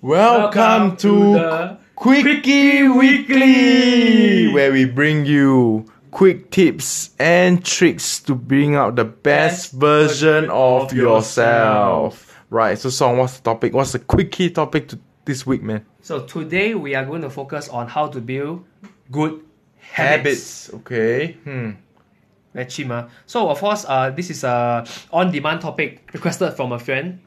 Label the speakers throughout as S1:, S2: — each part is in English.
S1: Welcome to
S2: the
S1: Quickie Weekly, where we bring you quick tips and tricks to bring out the best
S2: Best
S1: version
S2: version
S1: of
S2: of yourself.
S1: yourself. Right, so Song, what's the topic? What's the quickie topic to this week, man?
S2: So today we are going to focus on how to build good habits.
S1: Habits, okay. Hmm.
S2: Very cheap, ah. So of course, uh, this is a on-demand topic requested from a friend.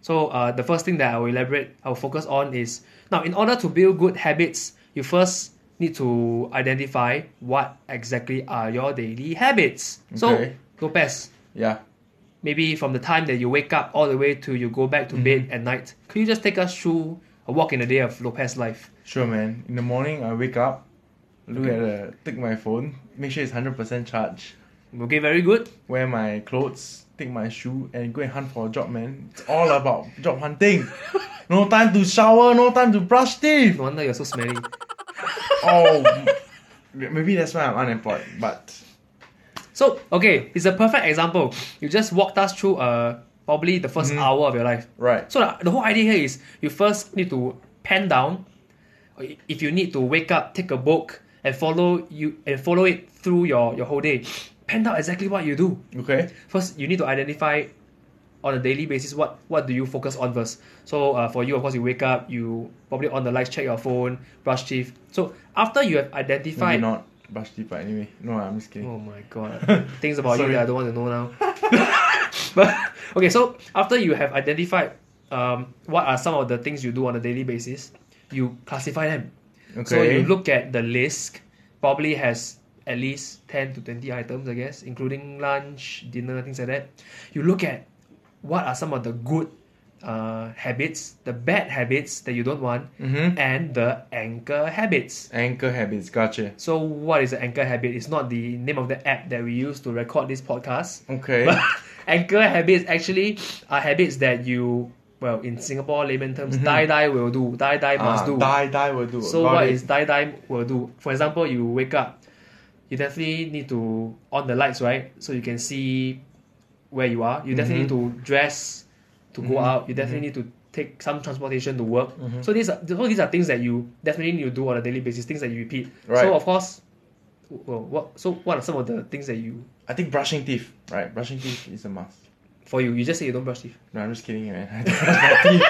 S2: So uh, the first thing that I will elaborate, I will focus on is now in order to build good habits, you first need to identify what exactly are your daily habits. So
S1: Okay.
S2: Lopez,
S1: Yeah.
S2: maybe from the time that you wake up all the way to you go back to bed at night, could you just take us through a walk in the day of Lopez's life?
S1: Sure, man. In the morning, I wake up, look at the, take my phone, make sure it's hundred percent charged.
S2: Okay, very good.
S1: Wear my clothes, take my shoe, and go and hunt for a job, man. It's all about job hunting. No time to shower, no time to brush teeth.
S2: No wonder you're so smelly.
S1: Oh, m- maybe that's why I'm unemployed. But
S2: So, okay, it's a perfect example. You just walked us through uh, probably the 1st hour of your life.
S1: right,
S2: So, the, the whole idea here is you first need to pen down uh, if you need to wake up, take a book, and follow you and follow it through your, your whole day. Pen down exactly what you do.
S1: okay,
S2: First, you need to identify on a daily basis what, what do you focus on first. So, uh, for you, of course, you wake up, you probably on the lights, check your phone, brush teeth. So, after you have
S1: maybe
S2: identified
S1: not brush teeth. But anyway, no, I'm just kidding.
S2: Oh my god. Things about you
S1: Sorry.
S2: that I don't want to know now. but okay, so after you have identified um, what are some of the things you do on a daily basis, you classify them.
S1: Okay,
S2: So you look at the list, probably has at least 10 to 20 items, I guess, including lunch, dinner, things like that. You look at what are some of the good uh, habits, the bad habits that you don't want,
S1: Mhm.
S2: and the anchor habits.
S1: anchor habits. Gotcha.
S2: So, what is an anchor habit? It's not the name of the app that we use to record this podcast.
S1: Okay,
S2: But anchor habits actually are habits that you, well, in Singapore layman terms, die die will do, die die must
S1: Mm-hmm. Ah, die,
S2: do.
S1: die will do.
S2: So,
S1: Got
S2: what
S1: it.
S2: is die die will do? For example, you wake up, you definitely need to on the lights, right? So you can see where you are. You definitely
S1: Mm-hmm.
S2: need to dress to go out. You definitely need to take some transportation to work.
S1: Mm-hmm.
S2: So these are so these are things that you definitely need to do on a daily basis. Things that you repeat.
S1: Right.
S2: So of course, well, what so what are some of the things that you
S1: I think brushing teeth. Right, brushing teeth is a must.
S2: for you? You just say you don't brush teeth.
S1: No, I'm just kidding, man. I brush my teeth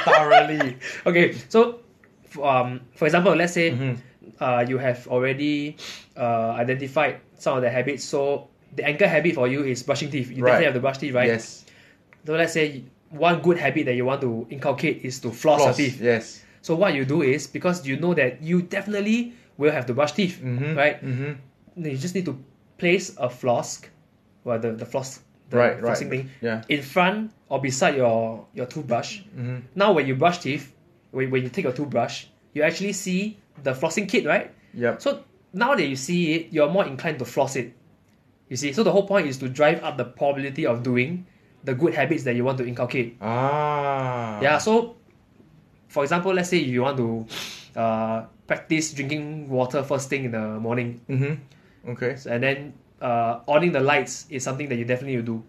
S1: thoroughly.
S2: Okay, so f- um, for example, let's say
S1: Mm-hmm.
S2: uh, you have already uh, identified some of the habits. So the anchor habit for you is brushing teeth. You
S1: Right.
S2: definitely have to brush teeth, right?
S1: Yes.
S2: So let's say one good habit that you want to inculcate is to floss,
S1: Floss.
S2: your teeth.
S1: Yes.
S2: So what you do is because you know that you definitely will have to brush teeth, right?
S1: Mm-hmm.
S2: You just need to place a floss, well the the floss, the
S1: Right, right.
S2: flossing thing,
S1: Yeah. Mm-hmm.
S2: in front or beside your your toothbrush. Now when you brush teeth, when, when you take your toothbrush, you actually see the flossing kit, right?
S1: Yep.
S2: So now that you see it, you're more inclined to floss it. You see, so the whole point is to drive up the probability of doing the good habits that you want to inculcate.
S1: ah.
S2: Yeah, so for example, let's say you want to uh, practice drinking water first thing in the morning,
S1: Mm-hmm. Okay.
S2: and then uh, awning the lights is something that you definitely will do.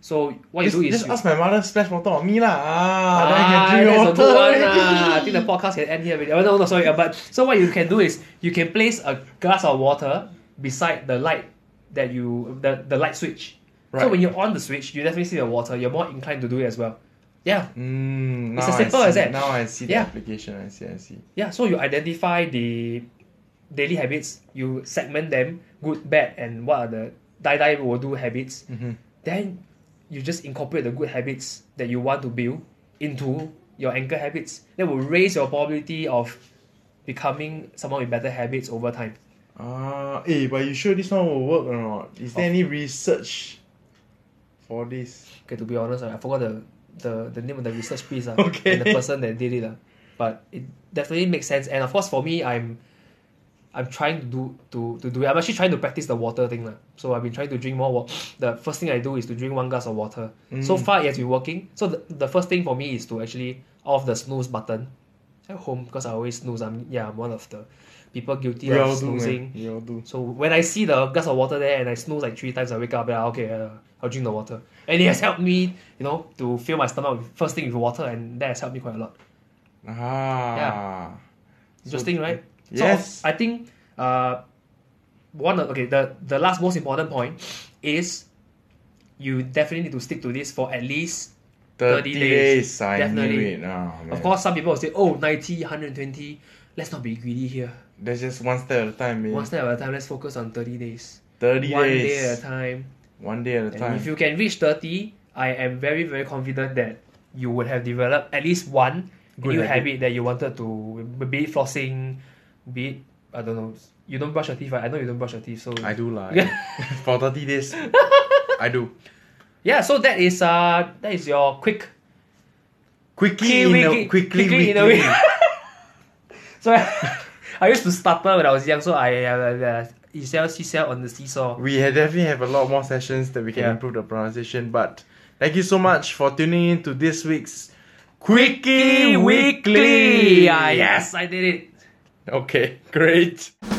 S2: So what
S1: Just,
S2: you do is
S1: just
S2: you-
S1: ask my mother splash water on me lah. Ah, then
S2: Ah,
S1: I can drink
S2: that's a good
S1: water.
S2: one. ah. I think the podcast can end here. Already. Oh, no, no, sorry. uh, But so what you can do is you can place a glass of water beside the light that you the, the light switch. So
S1: Right.
S2: when you're on the switch, you definitely see the water. You're more inclined to do it as well. Yeah,
S1: Mm, now
S2: It's as
S1: I
S2: simple as
S1: see-
S2: that.
S1: Now I see the
S2: Yeah.
S1: application. I see. I see.
S2: yeah. So you identify the daily habits. You segment them, good, bad, and what are the die die will do habits. Then you just incorporate the good habits that you want to build into your anchor habits. That will raise your probability of becoming someone with better habits over time.
S1: Ah, eh, but you sure this one will work or not? Is there any research for this?
S2: Okay, to be honest, I I forgot the the, the name of the research piece ah,
S1: Okay.
S2: and the person that did it. ah. But it definitely makes sense. And of course for me I'm I'm trying to do to, to do it. I'm actually trying to practice the water thing. lah. So I've been trying to drink more water. The first thing I do is to drink one glass of water. So
S1: Mm.
S2: far it has been working. So the, the first thing for me is to actually off the snooze button at home because I always snooze. I'm yeah, I'm one of the people guilty
S1: We
S2: of
S1: all do,
S2: snoozing.
S1: man. We all do.
S2: So when I see the glass of water there and I snooze like three times, I wake up and I, okay, uh, I'll drink the water. And it has helped me, you know, to fill my stomach with, first thing with water, and that has helped me quite a lot.
S1: Ah.
S2: Yeah.
S1: So-
S2: Interesting, right?
S1: Yes.
S2: So I think uh, one of- okay the the last most important point is you definitely need to stick to this for at least
S1: 30 days.
S2: 30 days,
S1: I
S2: definitely.
S1: knew it. Ah, man.
S2: of course some people will say oh 90 120 let's not be greedy here
S1: That's just one step at a time, man.
S2: one step at a time let's focus on 30 days
S1: 30
S2: one
S1: days.
S2: day at a time
S1: One day at a
S2: and
S1: time.
S2: if you can reach 30 i am very very confident that you would have developed at least one
S1: Good
S2: new
S1: habit.
S2: habit. that you wanted to be it flossing be it i don't know you don't brush your teeth right? i know you don't brush your teeth so
S1: I do lah. For 30 days. I do.
S2: yeah so that is uh that is your quick
S1: Quickly,
S2: Quickly,
S1: in
S2: quickly,
S1: a, quickly,
S2: quickly in a
S1: weekly.
S2: way. so i used to stutter when i was young so i uh, uh, he sell she sell on the seesaw
S1: we had definitely have a lot more sessions that we can
S2: Yeah.
S1: improve the pronunciation. But thank you so much for tuning in to this week's Quickie Weekly.
S2: Ah, yes i did it
S1: Okay, great.